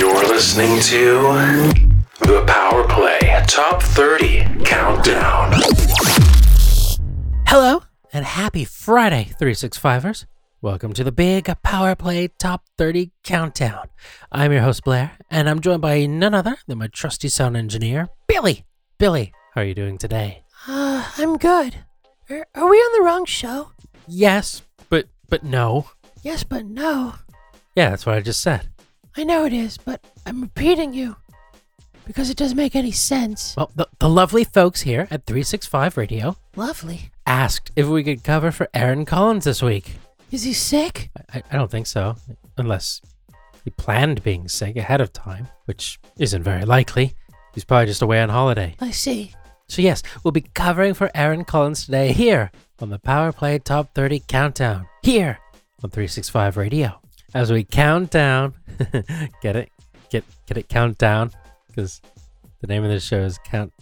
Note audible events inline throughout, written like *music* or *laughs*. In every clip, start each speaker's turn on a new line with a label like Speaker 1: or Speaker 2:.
Speaker 1: listening to The Power Play Top 30 Countdown.
Speaker 2: Hello and happy Friday, 365ers. Welcome to the big Power Play Top 30 Countdown. I'm your host, Blair, and I'm joined by none other than my trusty sound engineer, Billy. Billy, how are you doing today?
Speaker 3: Uh, I'm good. Are, are we on the wrong show?
Speaker 2: Yes, but but no.
Speaker 3: Yes, but no.
Speaker 2: Yeah, that's what I just said.
Speaker 3: I know it is, but I'm repeating you because it doesn't make any sense.
Speaker 2: Well, the, the lovely folks here at 365 Radio
Speaker 3: Lovely.
Speaker 2: asked if we could cover for Aaron Collins this week.
Speaker 3: Is he sick?
Speaker 2: I, I- I don't think so, unless he planned being sick ahead of time, which isn't very likely. He's probably just away on holiday.
Speaker 3: I see.
Speaker 2: So, yes, we'll be covering for Aaron Collins today here on the Power Play Top 30 Countdown, here on 365 Radio. As we count down, *laughs* get it? Get, get it, count down? Because the name of this show is Count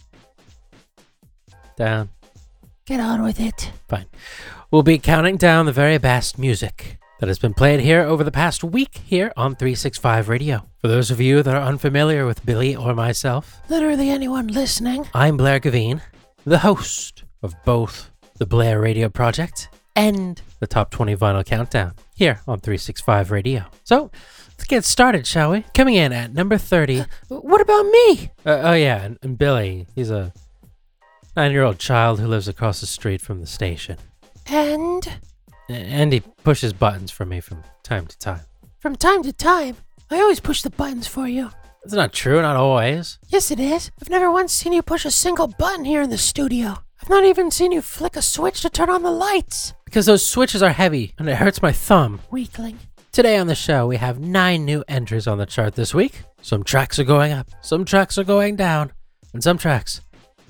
Speaker 2: Down.
Speaker 3: Get on with it.
Speaker 2: Fine. We'll be counting down the very best music that has been played here over the past week here on 365 Radio. For those of you that are unfamiliar with Billy or myself,
Speaker 3: Literally anyone listening.
Speaker 2: I'm Blair Gavine, the host of both the Blair Radio Project and the Top 20 Vinyl Countdown here on 365 Radio. So, let's get started, shall we? Coming in at number 30.
Speaker 3: W- *gasps* What about me?
Speaker 2: Uh, oh yeah, and, and Billy, he's a 9-year-old child who lives across the street from the station.
Speaker 3: And
Speaker 2: And he pushes buttons for me from time to time.
Speaker 3: from time to time, I always push the buttons for you.
Speaker 2: That's not true, not always.
Speaker 3: Yes, it is. I've never once seen you push a single button here in the studio. I've not even seen you flick a switch to turn on the lights.
Speaker 2: Because those switches are heavy and it hurts my thumb.
Speaker 3: Weakling.
Speaker 2: Today on the show, we have nine new entries on the chart this week. Some tracks are going up, some tracks are going down, and some tracks,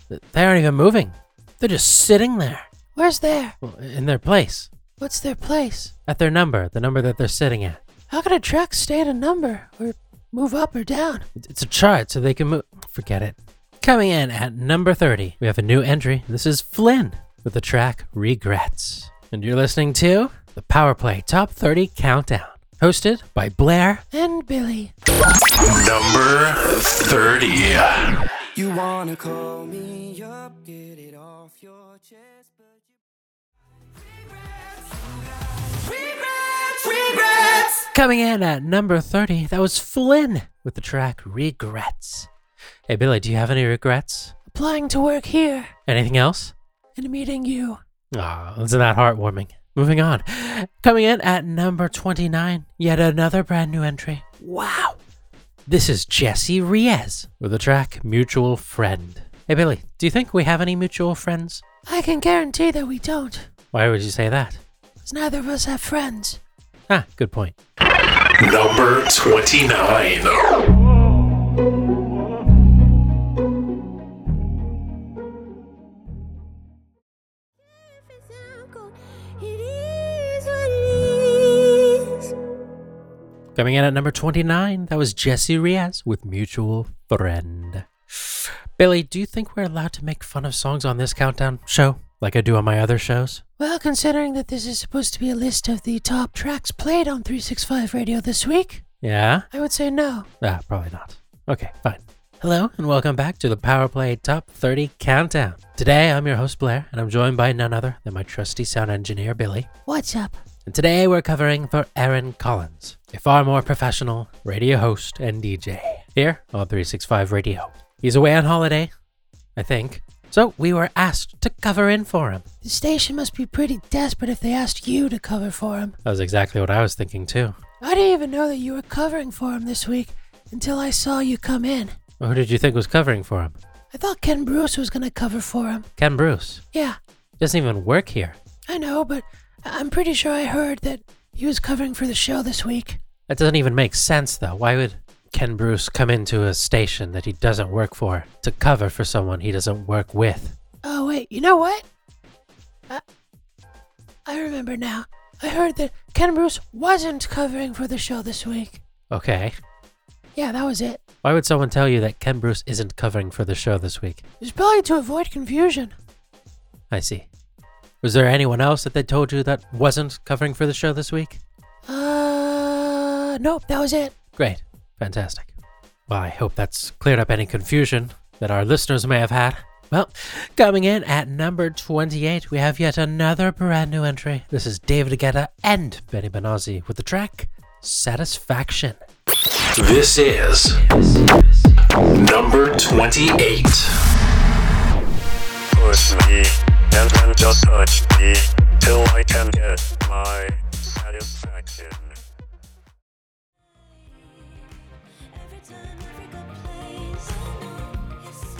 Speaker 2: th- they aren't even moving. They're just sitting there,
Speaker 3: Where's there?
Speaker 2: well, in their place,
Speaker 3: What's their place?
Speaker 2: at their number, the number that they're sitting at.
Speaker 3: How can a track stay at a number or move up or down?
Speaker 2: It- It's a chart, so they can move. Forget it. Coming in at number 30, we have a new entry. This is Flynn with the track Regrets. And you're listening to the Power Play Top 30 Countdown, hosted by Blair.
Speaker 3: And Billy,
Speaker 1: Number 30.
Speaker 4: You wanna call me up, get it off your chest, but you. Regrets, regrets.
Speaker 2: Coming in at number 30, that was Flynn with the track Regrets. Hey, Billy, do you have any regrets?
Speaker 3: applying to work here
Speaker 2: Anything else?
Speaker 3: and meeting you.
Speaker 2: Ah, isn't that heartwarming? Moving on. Coming in at number 29, yet another brand new entry. Wow. This is Jesse Riez with the track Mutual Friend. Hey, Billy, do you think we have any mutual friends?
Speaker 3: I can guarantee that we don't,
Speaker 2: Why would you say that?
Speaker 3: 'cause neither of us have friends.
Speaker 2: Ah, good point.
Speaker 1: Number 29.
Speaker 2: Coming in at number 29, that was Jesse Riaz with Mutual Friend. Billy, do you think we're allowed to make fun of songs on this countdown show like I do on my other shows?
Speaker 3: Well, considering that this is supposed to be a list of the top tracks played on 365 Radio this week,
Speaker 2: Yeah?
Speaker 3: I would say no.
Speaker 2: Ah, probably not. Okay, fine. Hello, and welcome back to the Power Play Top 30 Countdown. Today, I'm your host, Blair, and I'm joined by none other than my trusty sound engineer, Billy.
Speaker 3: What's up?
Speaker 2: And today, we're covering for Aaron Collins, a far more professional radio host and DJ here on 365 Radio. He's away on holiday, I think. So, we were asked to cover in for him.
Speaker 3: The station must be pretty desperate if they asked you to cover for him.
Speaker 2: That was exactly what I was thinking, too.
Speaker 3: I didn't even know that you were covering for him this week until I saw you come in.
Speaker 2: Who did you think was covering for him?
Speaker 3: I thought Ken Bruce was going to cover for him.
Speaker 2: Ken Bruce.
Speaker 3: Yeah,
Speaker 2: Doesn't even work here.
Speaker 3: I know, but I- I'm pretty sure I heard that he was covering for the show this week.
Speaker 2: That doesn't even make sense, though. Why would Ken Bruce come into a station that he doesn't work for to cover for someone he doesn't work with?
Speaker 3: Oh, wait, you know what? I, I remember now. I heard that Ken Bruce wasn't covering for the show this week.
Speaker 2: Okay.
Speaker 3: Yeah, that was it.
Speaker 2: Why would someone tell you that Ken Bruce isn't covering for the show this week?
Speaker 3: It was probably to avoid confusion.
Speaker 2: I see. Was there anyone else that they told you that wasn't covering for the show this week?
Speaker 3: Uh, nope, that was it.
Speaker 2: Great. Fantastic. Well, I hope that's cleared up any confusion that our listeners may have had. Well, coming in at number 28, we have yet another brand new entry. This is David Guetta and Benny Benazzi with the track Satisfaction.
Speaker 1: This is number 28.
Speaker 5: push me, and then just touch me, till I can get my satisfaction.
Speaker 6: Every time, every good place I know it's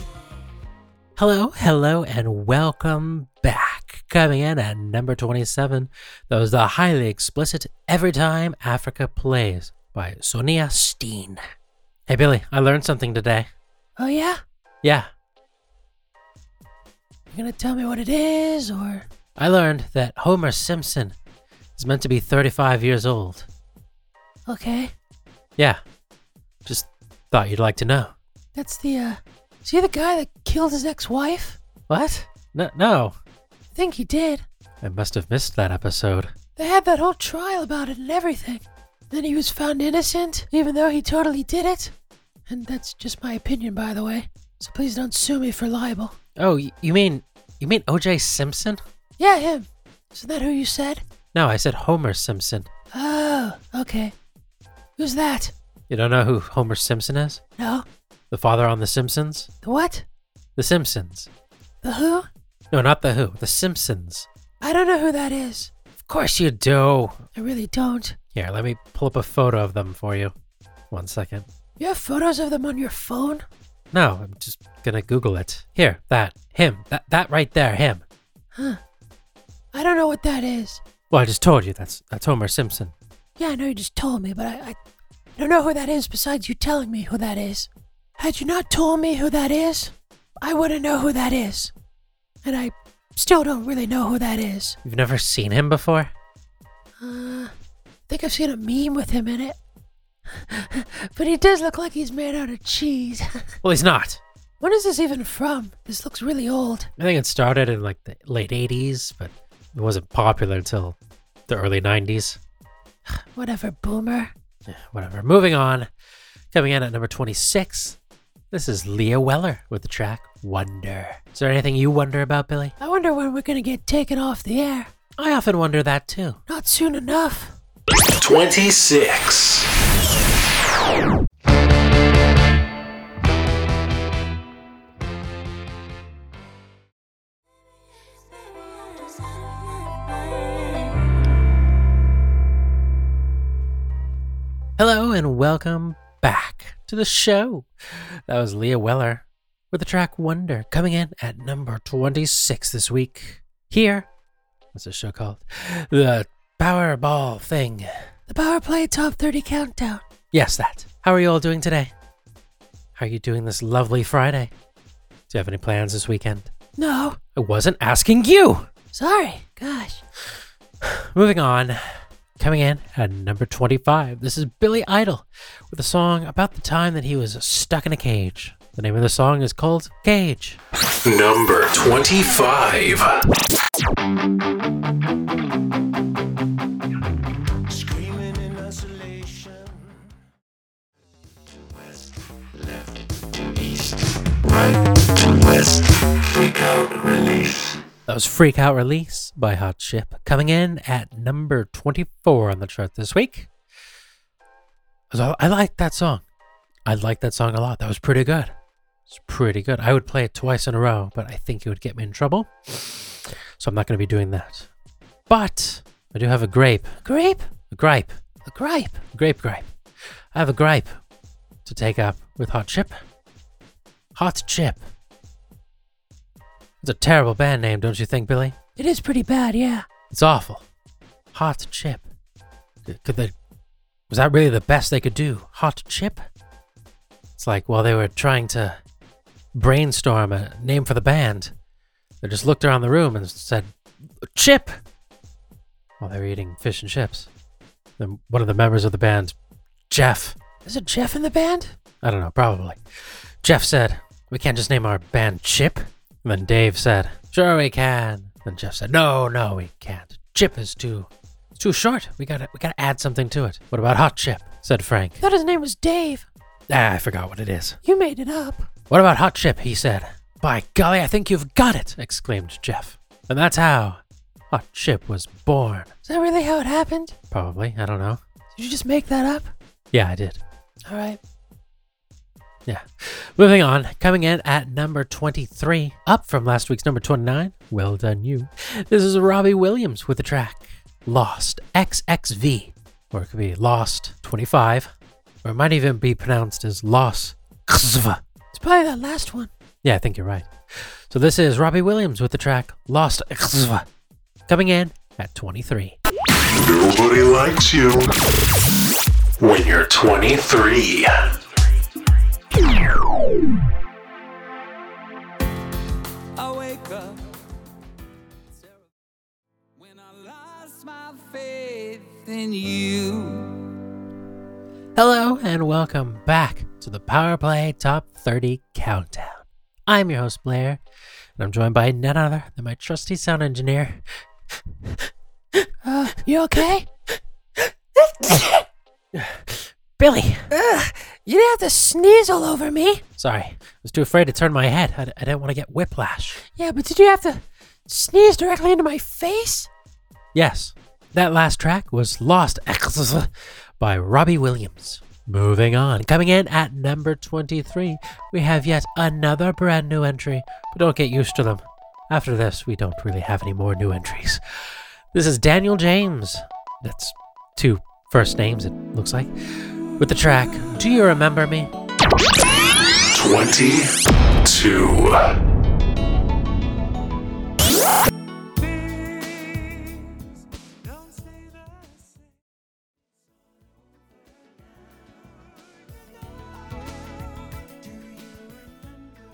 Speaker 2: Hello, hello, and welcome back. Coming in at number 27, that was the highly explicit Every Time Africa Plays by Sonia Steen. Hey, Billy, I learned something today.
Speaker 3: Oh, yeah?
Speaker 2: Yeah,
Speaker 3: You're gonna tell me what it is, or.
Speaker 2: I learned that Homer Simpson is meant to be 35 years old.
Speaker 3: Okay.
Speaker 2: Yeah, just thought you'd like to know.
Speaker 3: That's the, uh. Is he the guy that killed his ex wife?
Speaker 2: What? No, no.
Speaker 3: I think he did.
Speaker 2: I must have missed that episode.
Speaker 3: They had that whole trial about it and everything. Then he was found innocent, even though he totally did it. And that's just my opinion, by the way. So please don't sue me for libel.
Speaker 2: Oh, y- you mean you mean O.J. Simpson?
Speaker 3: Yeah, him. Isn't that who you said?
Speaker 2: No, I said Homer Simpson.
Speaker 3: Oh, okay. Who's that?
Speaker 2: You don't know who Homer Simpson is?
Speaker 3: No.
Speaker 2: The father on The Simpsons?
Speaker 3: The what?
Speaker 2: The Simpsons.
Speaker 3: The who?
Speaker 2: No, not The Who. The Simpsons.
Speaker 3: I don't know who that is.
Speaker 2: Of course you do.
Speaker 3: I really don't.
Speaker 2: Here, let me pull up a photo of them for you. One second.
Speaker 3: You have photos of them on your phone?
Speaker 2: No, I'm just gonna Google it. Here, that. Him. That, that right there, him.
Speaker 3: Huh. I don't know what that is.
Speaker 2: Well, I just told you that's that's Homer Simpson.
Speaker 3: Yeah, I know you just told me, but I, I don't know who that is besides you telling me who that is. Had you not told me who that is, I wouldn't know who that is. And I still don't really know who that is.
Speaker 2: You've never seen him before?
Speaker 3: Uh, I think I've seen a meme with him in it. *laughs* but he does look like he's made out of cheese. *laughs*
Speaker 2: Well, he's not.
Speaker 3: when is this even from? This looks really old.
Speaker 2: I think it started in like the late 80s, but it wasn't popular until the early 90s.
Speaker 3: Whatever, boomer.
Speaker 2: Yeah, whatever. Moving on. Coming in at number 26, this is Leah Weller with the track Wonder. Is there anything you wonder about, Billy?
Speaker 3: I wonder when we're gonna get taken off the air.
Speaker 2: I often wonder that too.
Speaker 3: Not soon enough.
Speaker 1: 26.
Speaker 6: like.
Speaker 2: Hello and welcome back to the show. That was Leah Weller with the track Wonder coming in at number 26 this week. Here, what's the show called? The Powerball thing.
Speaker 3: The Power Play Top 30 Countdown.
Speaker 2: Yes, that. How are you all doing today? How are you doing this lovely Friday? Do you have any plans this weekend?
Speaker 3: No,
Speaker 2: I wasn't asking you.
Speaker 3: sorry. Gosh.
Speaker 2: Moving on. Coming in at number 25, this is Billy Idol with a song about the time that he was stuck in a cage. The name of the song is called Cage.
Speaker 1: Number 25.
Speaker 4: Screaming in isolation.
Speaker 2: That was Freak Out Release by Hot Ship, coming in at number 24 on the chart this week. So I like that song. I like that song a lot. That was pretty good. It's pretty good. I would play it twice in a row, but I think it would get me in trouble. So I'm not going to be doing that. But I do have a grape.
Speaker 3: A grape?
Speaker 2: A gripe.
Speaker 3: A gripe.
Speaker 2: Grape gripe. I have a gripe to take up with Hot Chip. Hot Chip. It's a terrible band name, don't you think, Billy?
Speaker 3: It is pretty bad, yeah.
Speaker 2: It's awful. Hot chip. Could- Could they? Was that really the best they could do? Hot chip. It's like while they were trying to brainstorm a name for the band, they just looked around the room and said, "Chip." While they were eating fish and chips, then one of the members of the band, Jeff,
Speaker 3: Is it Jeff in the band?
Speaker 2: I don't know, probably. Jeff said, We can't just name our band Chip. And then Dave said, Sure we can. And Jeff said, No, no, we can't. Chip is too it's too short. We gotta we gotta add something to it. What about hot chip? said Frank.
Speaker 3: I thought his name was Dave.
Speaker 2: Ah, I forgot what it is.
Speaker 3: You made it up.
Speaker 2: What about Hot Chip? He said. By golly, I think you've got it! exclaimed Jeff. And that's how Hot Chip was born.
Speaker 3: Is that really how it happened?
Speaker 2: Probably. I don't know.
Speaker 3: Did you just make that up?
Speaker 2: Yeah, I did.
Speaker 3: All right.
Speaker 2: Yeah. Moving on, coming in at number 23, up from last week's number 29. Well done, you. This is Robbie Williams with the track Lost XXV, or it could be Lost 25, or it might even be pronounced as Lost XV.
Speaker 3: It's probably that last one.
Speaker 2: Yeah, I think you're right. So this is Robbie Williams with the track Lost XV, coming in at 23.
Speaker 1: Nobody likes you when you're 23.
Speaker 4: I wake up terrified when I lost my faith in you.
Speaker 2: Hello and welcome back to the Power Play Top 30 Countdown. I'm your host Blair, and I'm joined by none other than my trusty sound engineer.
Speaker 3: Uh, you okay? *laughs*
Speaker 2: Billy.
Speaker 3: Ugh, you didn't have to sneeze all over me.
Speaker 2: Sorry, I was too afraid to turn my head. I, d- I didn't want to get whiplash.
Speaker 3: Yeah, but did you have to sneeze directly into my face?
Speaker 2: Yes, that last track was Lost *laughs* by Robbie Williams. Moving on, coming in at number 23, we have yet another brand new entry, but don't get used to them. After this, we don't really have any more new entries. This is Daniel James. That's two first names, it looks like. With the track, Do You Remember Me?
Speaker 1: 22.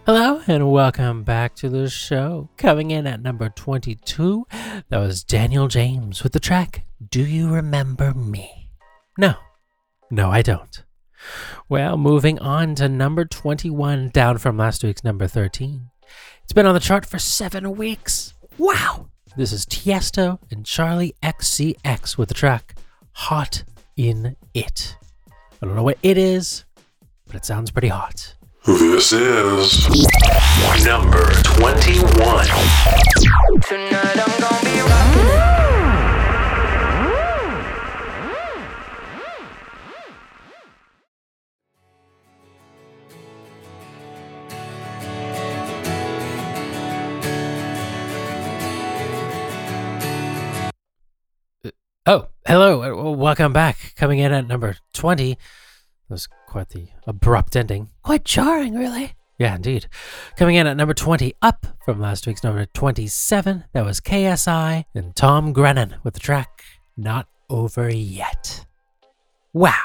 Speaker 2: Hello and welcome back to the show. Coming in at number 22, that was Daniel James with the track Do You Remember Me? No, no, I don't. Well, moving on to number 21, down from last week's number 13. It's been on the chart for seven weeks. Wow! This is Tiesto and Charlie XCX with the track Hot in It. I don't know what it is, but it sounds pretty hot.
Speaker 1: This is number 21.
Speaker 2: Oh, hello, uh, w- welcome back. Coming in at number 20. That was quite the abrupt ending.
Speaker 3: Quite jarring, really.
Speaker 2: Yeah, indeed. Coming in at number 20, up from last week's number 27, that was KSI and Tom Grennan with the track Not Over Yet. Wow.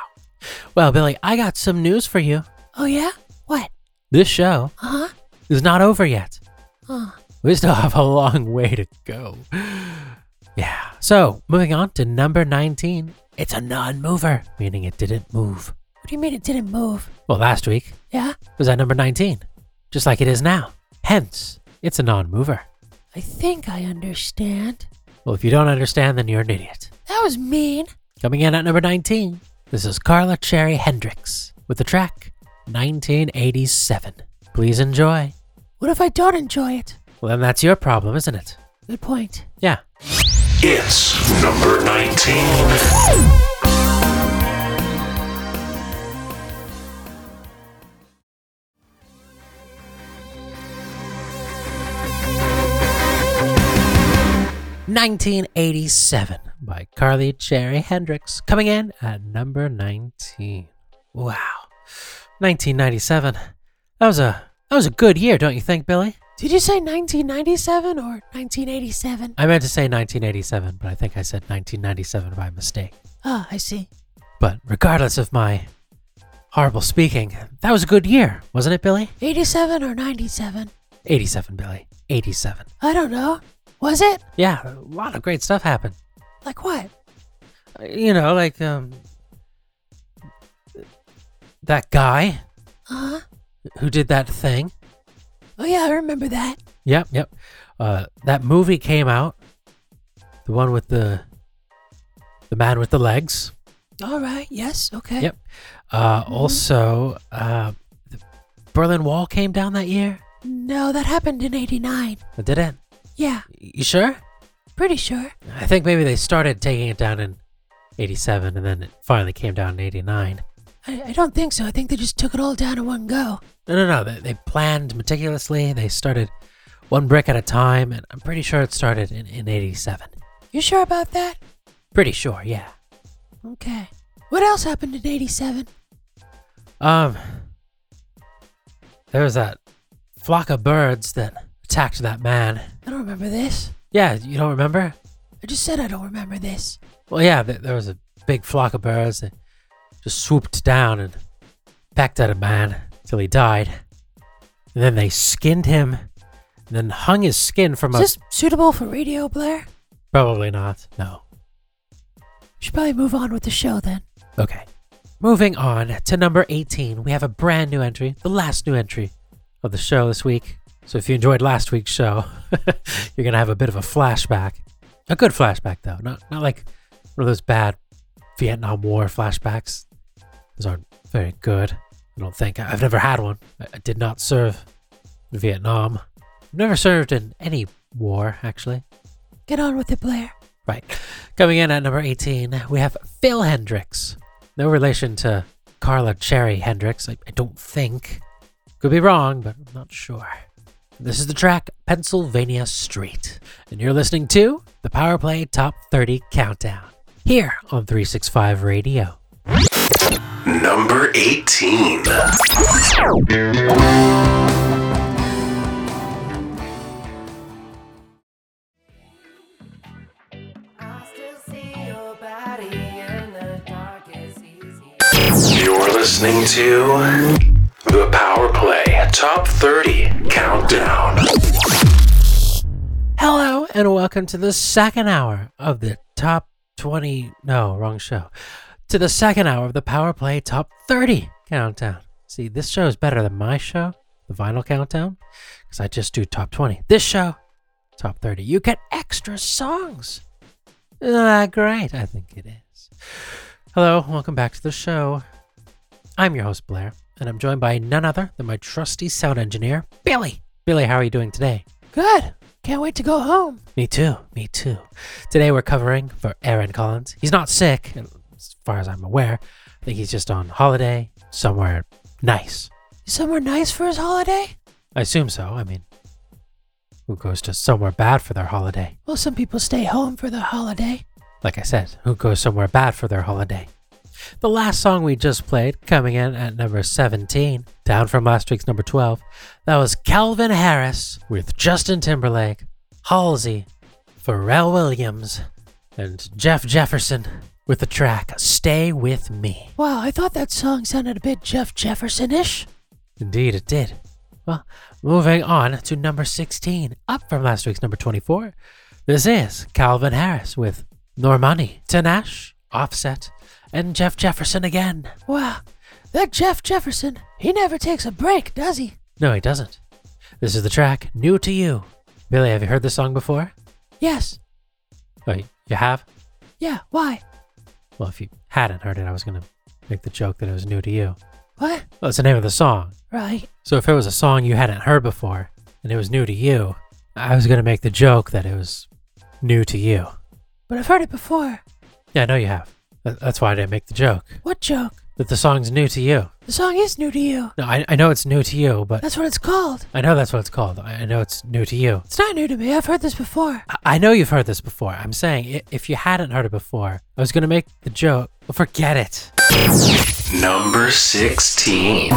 Speaker 2: Well, Billy, I got some news for you.
Speaker 3: Oh, yeah? What?
Speaker 2: This show
Speaker 3: Uh huh.
Speaker 2: is not over yet.
Speaker 3: Oh.
Speaker 2: We still have a long way to go. Yeah. So, moving on to number 19, it's a non mover, meaning it didn't move.
Speaker 3: What do you mean it didn't move?
Speaker 2: Well, last week
Speaker 3: Yeah?
Speaker 2: was at number 19, just like it is now. Hence, it's a non mover.
Speaker 3: I think I understand.
Speaker 2: Well, if you don't understand, then you're an idiot.
Speaker 3: That was mean.
Speaker 2: Coming in at number 19, this is Carla Cherry Hendrix with the track 1987. Please enjoy.
Speaker 3: What if I don't enjoy it?
Speaker 2: Well, then that's your problem, isn't it?
Speaker 3: Good point.
Speaker 2: Yeah.
Speaker 1: It's number 19.
Speaker 2: "1987" by Carly Cherry Hendrix, coming in at number 19. Wow, 1997. That was a that was a good year, don't you think, Billy?
Speaker 3: Did you say 1997 or 1987?
Speaker 2: I meant to say 1987, but I think I said 1997 by mistake.
Speaker 3: Ah, I see.
Speaker 2: But regardless of my horrible speaking, that was a good year, wasn't it, Billy?
Speaker 3: 87 or 97?
Speaker 2: 87, Billy. 87.
Speaker 3: I don't know. Was it?
Speaker 2: Yeah, a lot of great stuff happened.
Speaker 3: Like what?
Speaker 2: You know, like um that guy
Speaker 3: Uh huh.
Speaker 2: who did that thing.
Speaker 3: Oh, yeah, I remember that.
Speaker 2: Yep, yep. Uh, that movie came out. The one with the the man with the legs.
Speaker 3: All right. Yes. Okay.
Speaker 2: Yep. Uh, Also, uh, the Berlin Wall came down that year.
Speaker 3: No, that happened in 89.
Speaker 2: It did it?
Speaker 3: Yeah.
Speaker 2: You sure?
Speaker 3: Pretty sure.
Speaker 2: I think maybe they started taking it down in 87 and then it finally came down in 89.
Speaker 3: I, I don't think so. I think they just took it all down in one go.
Speaker 2: No, no, no. They, they planned meticulously. They started one brick at a time, and I'm pretty sure it started in, in 87.
Speaker 3: You sure about that?
Speaker 2: Pretty sure, yeah.
Speaker 3: Okay. What else happened in 87?
Speaker 2: Um, there was that flock of birds that attacked that man.
Speaker 3: I don't remember this.
Speaker 2: Yeah, you don't remember?
Speaker 3: I just said I don't remember this.
Speaker 2: Well, yeah, th- there was a big flock of birds that just swooped down and pecked at a man till he died. And then they skinned him, and then hung his skin from
Speaker 3: Is
Speaker 2: a.
Speaker 3: this suitable for radio, Blair?
Speaker 2: Probably not. No.
Speaker 3: We should probably move on with the show then.
Speaker 2: Okay. Moving on to number 18, we have a brand new entry, the last new entry of the show this week. So if you enjoyed last week's show, *laughs* you're going to have a bit of a flashback. A good flashback, though. Not, not like one of those bad Vietnam War flashbacks. Those aren't very good, I don't think. I- I've never had one. I, I did not serve in Vietnam. I've never served in any war, actually.
Speaker 3: Get on with it, Blair.
Speaker 2: Right. Coming in at number 18, we have Phil Hendricks. No relation to Carla Cherry Hendricks, I, I don't think. Could be wrong, but I'm not sure. This is the track Pennsylvania Street. And you're listening to the Power Play Top 30 Countdown here on 365 Radio.
Speaker 1: Number 18.
Speaker 4: I still see your body in the dark. It's easy.
Speaker 1: You're listening to the Power Play Top 30 Countdown.
Speaker 2: Hello, and welcome to the second hour of the top 20. No, wrong show. To the second hour of the Power Play Top 30 Countdown. See, this show is better than my show, the Vinyl Countdown, because I just do top 20. This show, top 30. You get extra songs. Isn't that great? I think it is. Hello, welcome back to the show. I'm your host, Blair, and I'm joined by none other than my trusty sound engineer, Billy. Billy, how are you doing today?
Speaker 3: Good. Can't wait to go home.
Speaker 2: Me too. Me too. Today we're covering for Aaron Collins. He's not sick, as far as I'm aware. I think he's just on holiday somewhere nice.
Speaker 3: Is somewhere nice for his holiday?
Speaker 2: I assume so. I mean, who goes to somewhere bad for their holiday?
Speaker 3: Well, some people stay home for the holiday.
Speaker 2: Like I said, who goes somewhere bad for their holiday? The last song we just played, coming in at number 17, down from last week's number 12, that was Calvin Harris with Justin Timberlake, Halsey, Pharrell Williams, and Jeff Jefferson with the track Stay With Me.
Speaker 3: Wow, I thought that song sounded a bit Jeff Jefferson ish.
Speaker 2: Indeed, it did. Well, moving on to number 16, up from last week's number 24. This is Calvin Harris with Normani, Tanash, Offset, and Jeff Jefferson again.
Speaker 3: Wow, that Jeff Jefferson, he never takes a break, does he?
Speaker 2: No, he doesn't. This is the track New to You. Billy, have you heard this song before?
Speaker 3: Yes.
Speaker 2: Oh, you have?
Speaker 3: Yeah, why?
Speaker 2: Well, if you hadn't heard it, I was going to make the joke that it was new to you.
Speaker 3: What?
Speaker 2: Well, it's the name of the song.
Speaker 3: Right.
Speaker 2: So if it was a song you hadn't heard before and it was new to you, I was going to make the joke that it was new to you.
Speaker 3: But I've heard it before.
Speaker 2: Yeah, I know you have. Th- That's why I didn't make the joke.
Speaker 3: What joke?
Speaker 2: That the song's new to you.
Speaker 3: The song is new to you.
Speaker 2: No, I, I know it's new to you, but
Speaker 3: That's what it's called.
Speaker 2: I know that's what it's called. I I know it's new to you.
Speaker 3: It's not new to me. I've heard this before.
Speaker 2: I- I know you've heard this before. I'm saying i- if you hadn't heard it before, I was going to make the joke. Well, forget it.
Speaker 1: Number 16.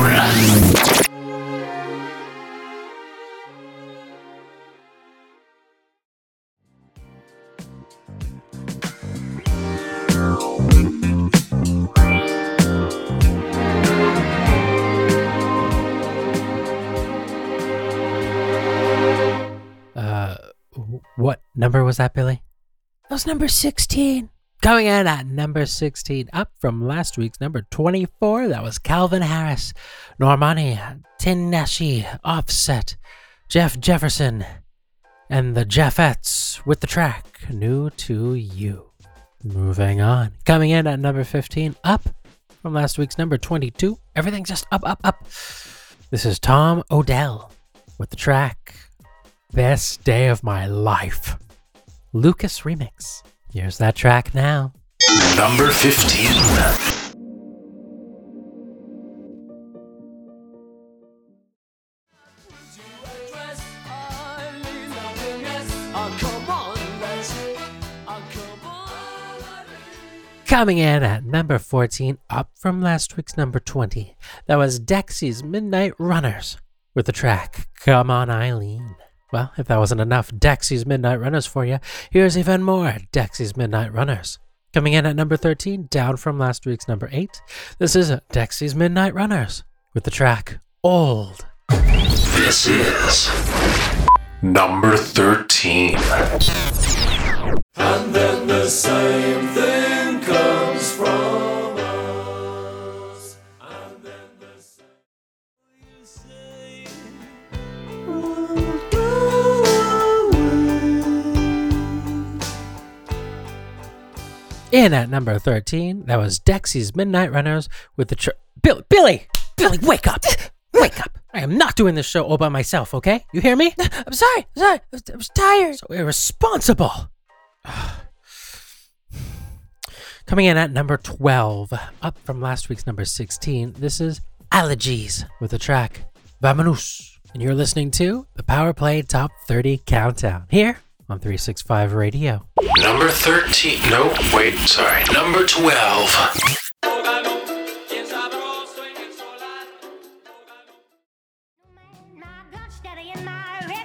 Speaker 2: Uh, wh- what number was that, Billy?
Speaker 3: That was number 16.
Speaker 2: Coming in at number 16, up from last week's number 24, that was Calvin Harris, Normani, Tinashi, Offset, Jeff Jefferson, and the Jeffettes with the track New to You. Moving on. Coming in at number 15, up from last week's number 22. Everything's just up, up, up. This is Tom Odell with the track Best Day of My Life. Lucas Remix. Here's that track now.
Speaker 1: Number 15.
Speaker 4: Oh,
Speaker 2: Coming in at number 14, up from last week's number 20. That was Dexy's Midnight Runners with the track Come On Eileen. Well, if that wasn't enough Dexy's Midnight Runners for you, here's even more Dexy's Midnight Runners. Coming in at number 13, down from last week's number 8, this is Dexy's Midnight Runners with the track Old.
Speaker 1: This is number 13.
Speaker 2: In at number 13, that was Dexy's Midnight Runners with the tr- Bill- Billy! Billy, wake up! Wake up! I am not doing this show all by myself, okay? You hear me?
Speaker 3: I'm sorry. I'm sorry. I was, I was tired.
Speaker 2: So irresponsible! *sighs* Coming in at number 12, up from last week's number 16, this is Allergies with the track Vamonos. And you're listening to the Power Play Top 30 Countdown here on 365 Radio.
Speaker 1: Number 13. No, wait, sorry. Number 12.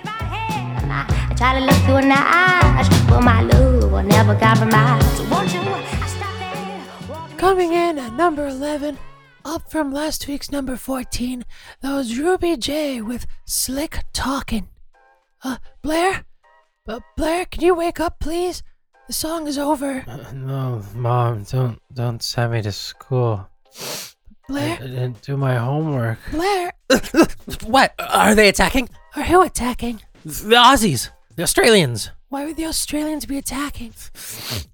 Speaker 6: I Try to look through in the eyes, but my love will never compromise. So won't you stop that? Walk
Speaker 3: Coming in at number 11, up from last week's number 14, that was Ruby J with Slick Talkin'. Uh, Blair? Uh, Blair, can you wake up, please? The song is over.
Speaker 2: *clears throat* no, Mom, don't don't send me to school. Eh?
Speaker 3: Blair?
Speaker 2: *laughs* didn't do my homework.
Speaker 3: Blair?
Speaker 2: What? Are they attacking?
Speaker 3: Are who attacking?
Speaker 2: The Aussies! The Australians!
Speaker 3: Why would the Australians be attacking?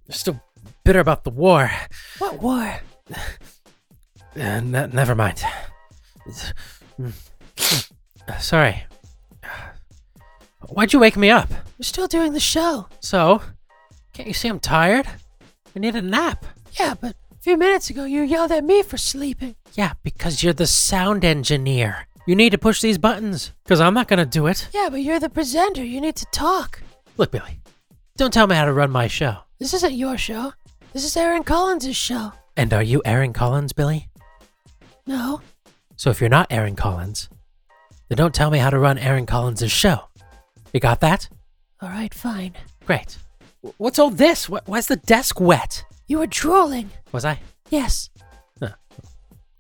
Speaker 2: They're still bitter about the war.
Speaker 3: What war?
Speaker 2: Uh, n- never mind. Sorry. Why'd you wake me up?
Speaker 3: We're still doing the show.
Speaker 2: So? Can't you see I'm tired? I need a nap.
Speaker 3: Yeah, but a few minutes ago you yelled at me for sleeping.
Speaker 2: Yeah, because you're the sound engineer. You need to push these buttons, because I'm not going to do it.
Speaker 3: Yeah, but you're the presenter. You need to talk.
Speaker 2: Look, Billy, don't tell me how to run my show.
Speaker 3: This isn't your show. This is Aaron Collins' show.
Speaker 2: And are you Aaron Collins, Billy?
Speaker 3: No,
Speaker 2: So if you're not Aaron Collins, then don't tell me how to run Aaron Collins' show. You got that?
Speaker 3: All right, fine.
Speaker 2: Great. W- What's all this? Wh- Why's the desk wet?
Speaker 3: You were drooling.
Speaker 2: Was I?
Speaker 3: Yes,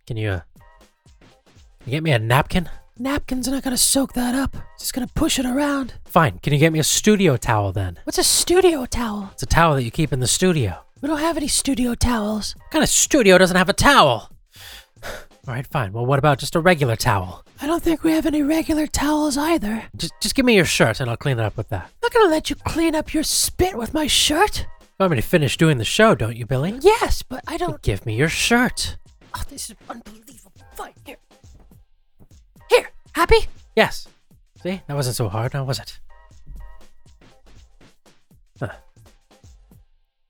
Speaker 2: Can you, uh, can you get me a napkin?
Speaker 3: napkin's not gonna soak that up. It's just gonna push it around.
Speaker 2: Fine. Can you get me a studio towel then?
Speaker 3: What's a studio towel?
Speaker 2: It's a towel that you keep in the studio.
Speaker 3: We don't have any studio towels.
Speaker 2: What kind of studio doesn't have a towel? *sighs* All right, fine. Well, what about just a regular towel?
Speaker 3: I don't think we have any regular towels either. I'm
Speaker 2: Just, just give me your shirt and I'll clean it up with that.
Speaker 3: not gonna let you clean up your spit with my shirt.
Speaker 2: You want me to finish doing the show, don't you, Billy?
Speaker 3: Yes, but I don't.
Speaker 2: Give me your shirt.
Speaker 3: Oh, this is unbelievable. Fine, here. Here, happy?
Speaker 2: Yes. See, that wasn't so hard now, was it? Huh.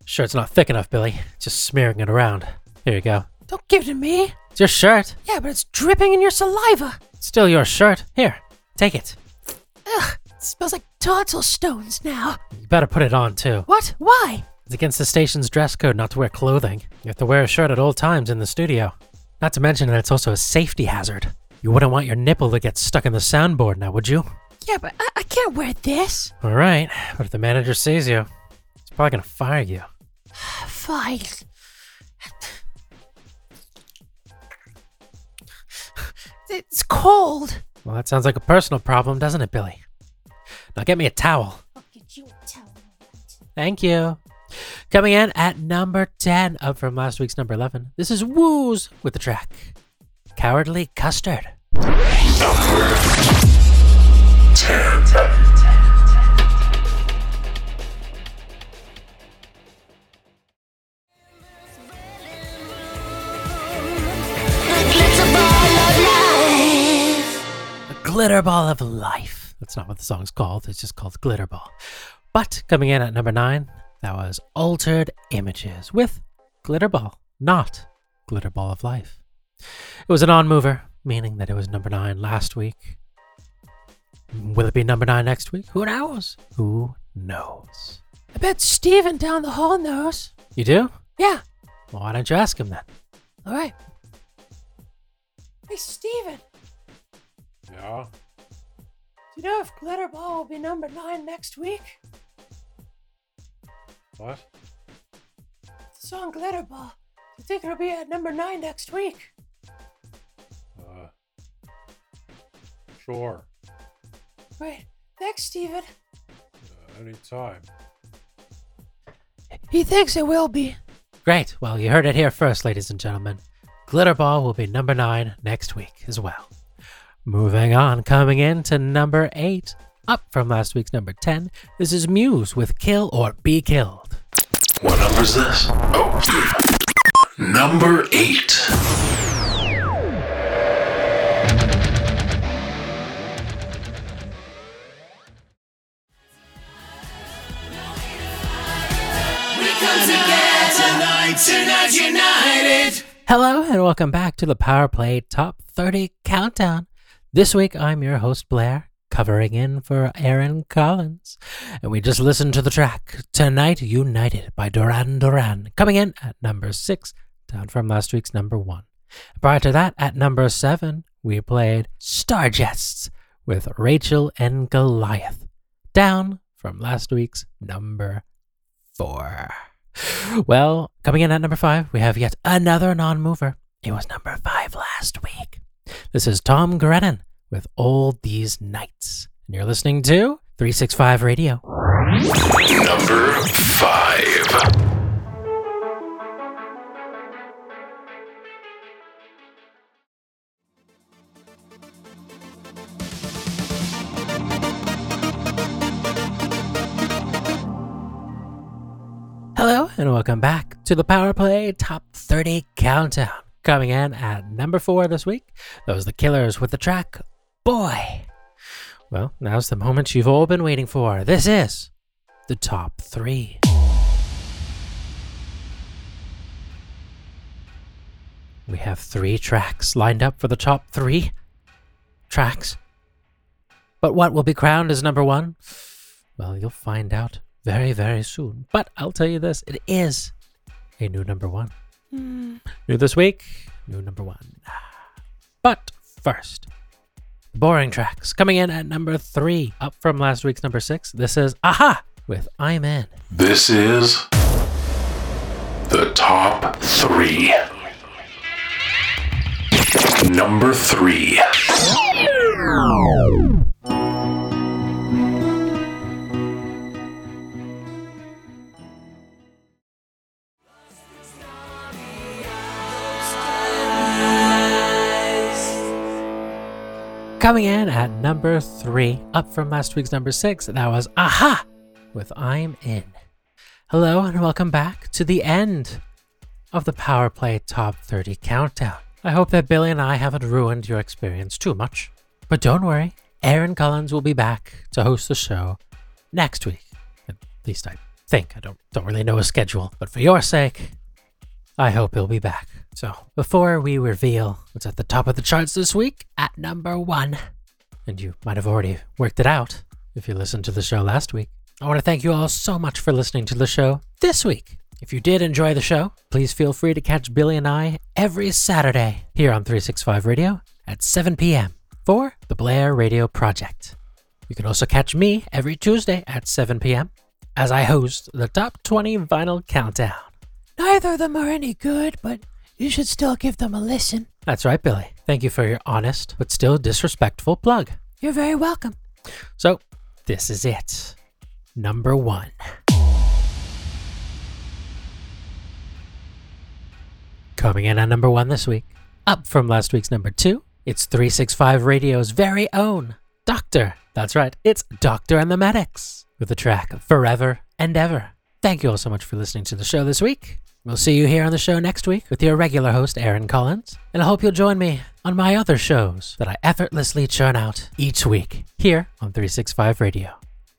Speaker 2: Shirt's not thick enough, Billy. Just smearing it around. Here you go.
Speaker 3: Don't give it to me.
Speaker 2: It's your shirt.
Speaker 3: Yeah, but it's dripping in your saliva.
Speaker 2: It's still your shirt. Here, take it.
Speaker 3: Ugh, it smells like tonsil stones now.
Speaker 2: You better put it on, too.
Speaker 3: What? Why?
Speaker 2: It's against the station's dress code not to wear clothing. You have to wear a shirt at all times in the studio. Not to mention that it's also a safety hazard. You wouldn't want your nipple to get stuck in the soundboard now, would you?
Speaker 3: Yeah, but I, I can't wear this.
Speaker 2: All right, but if the manager sees you, he's probably gonna fire you.
Speaker 3: Fine. It's cold.
Speaker 2: Well, that sounds like a personal problem, doesn't it, Billy? Now get me a towel.
Speaker 6: I'll get you a towel.
Speaker 2: Thank you. Coming in at number 10, up from last week's number 11. This is Woos with the track Cowardly Custard. Glitter Ball of Life. That's not what the song's called, it's just called Glitter Ball. But coming in at number nine, that was Altered Images with Glitter Ball, not Glitter Ball of Life. It was a non mover, meaning that it was number nine last week. Will it be number nine next week? Who knows? Who knows?
Speaker 3: I bet Steven down the hall knows.
Speaker 2: You do?
Speaker 3: Yeah.
Speaker 2: Well, why don't you ask him then?
Speaker 3: All right. Hey, Steven,
Speaker 1: Yeah.
Speaker 3: do you know if Glitter Ball will be number nine next week?
Speaker 1: What?
Speaker 3: The song Glitter Ball. I think it'll be at number nine next week.
Speaker 1: Uh, sure.
Speaker 3: Great. Thanks, Steven.
Speaker 1: Uh, anytime.
Speaker 3: He thinks it will be.
Speaker 2: Great. Well, you heard it here first, ladies and gentlemen. Glitterball will be number nine next week as well. Moving on, coming in to number eight, up from last week's number 10. This is Muse with Kill or Be Killed.
Speaker 1: What number is this? Oh. number eight.
Speaker 2: Hello, and welcome back to the Power Play Top 30 Countdown. This week, I'm your host, Blair, covering in for Aaron Collins. And we just listened to the track Tonight United by Duran Duran, coming in at number six, down from last week's number one. Prior to that, at number seven, we played Starjests with Rachel and Goliath, down from last week's number four. Well, coming in at number five, we have yet another non mover. It was number five last week. This is Tom Grennan with All These Nights. And you're listening to 365 Radio.
Speaker 1: Number five.
Speaker 2: Hello, and welcome back to the Power Play Top 30 Countdown. Coming in at number four this week, those The Killers with the track Boy. Well, now's the moment you've all been waiting for. This is the top three. We have three tracks lined up for the top three tracks. But what will be crowned as number one? Well, you'll find out very, very soon. But I'll tell you this it is a new number one. New this week, new number one. But first, boring tracks coming in at number three, up from last week's number six. This is Aha with I'm In.
Speaker 1: This is the top three. Number three.
Speaker 2: Coming in at number three, up from last week's number six, that was Aha with I'm In. Hello and welcome back to the end of the Power Play Top 30 Countdown. I hope that Billy and I haven't ruined your experience too much. But don't worry, Aaron Collins will be back to host the show next week. At least I think. I don't don't really know his schedule, but for your sake, I hope he'll be back. So, before we reveal what's at the top of the charts this week, at number one, and you might have already worked it out if you listened to the show last week, I want to thank you all so much for listening to the show this week. If you did enjoy the show, please feel free to catch Billy and I every Saturday here on 365 Radio at 7 p.m. for the Blair Radio Project. You can also catch me every Tuesday at 7 p.m. as I host the Top 20 Vinyl Countdown.
Speaker 3: Neither of them are any good, but you should still give them a listen.
Speaker 2: That's right, Billy. Thank you for your honest but still disrespectful plug.
Speaker 3: You're very welcome.
Speaker 2: So, this is it. Number one. Coming in at number one this week, up from last week's number two, it's 365 Radio's very own Doctor. That's right, it's Doctor and the Medics with the track Forever and Ever. Thank you all so much for listening to the show this week. We'll see you here on the show next week with your regular host, Aaron Collins. And I hope you'll join me on my other shows that I effortlessly churn out each week here on 365 Radio.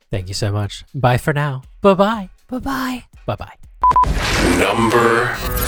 Speaker 2: Thank you so much. Bye for now. Bye bye.
Speaker 3: Bye bye.
Speaker 2: Bye bye.
Speaker 1: Number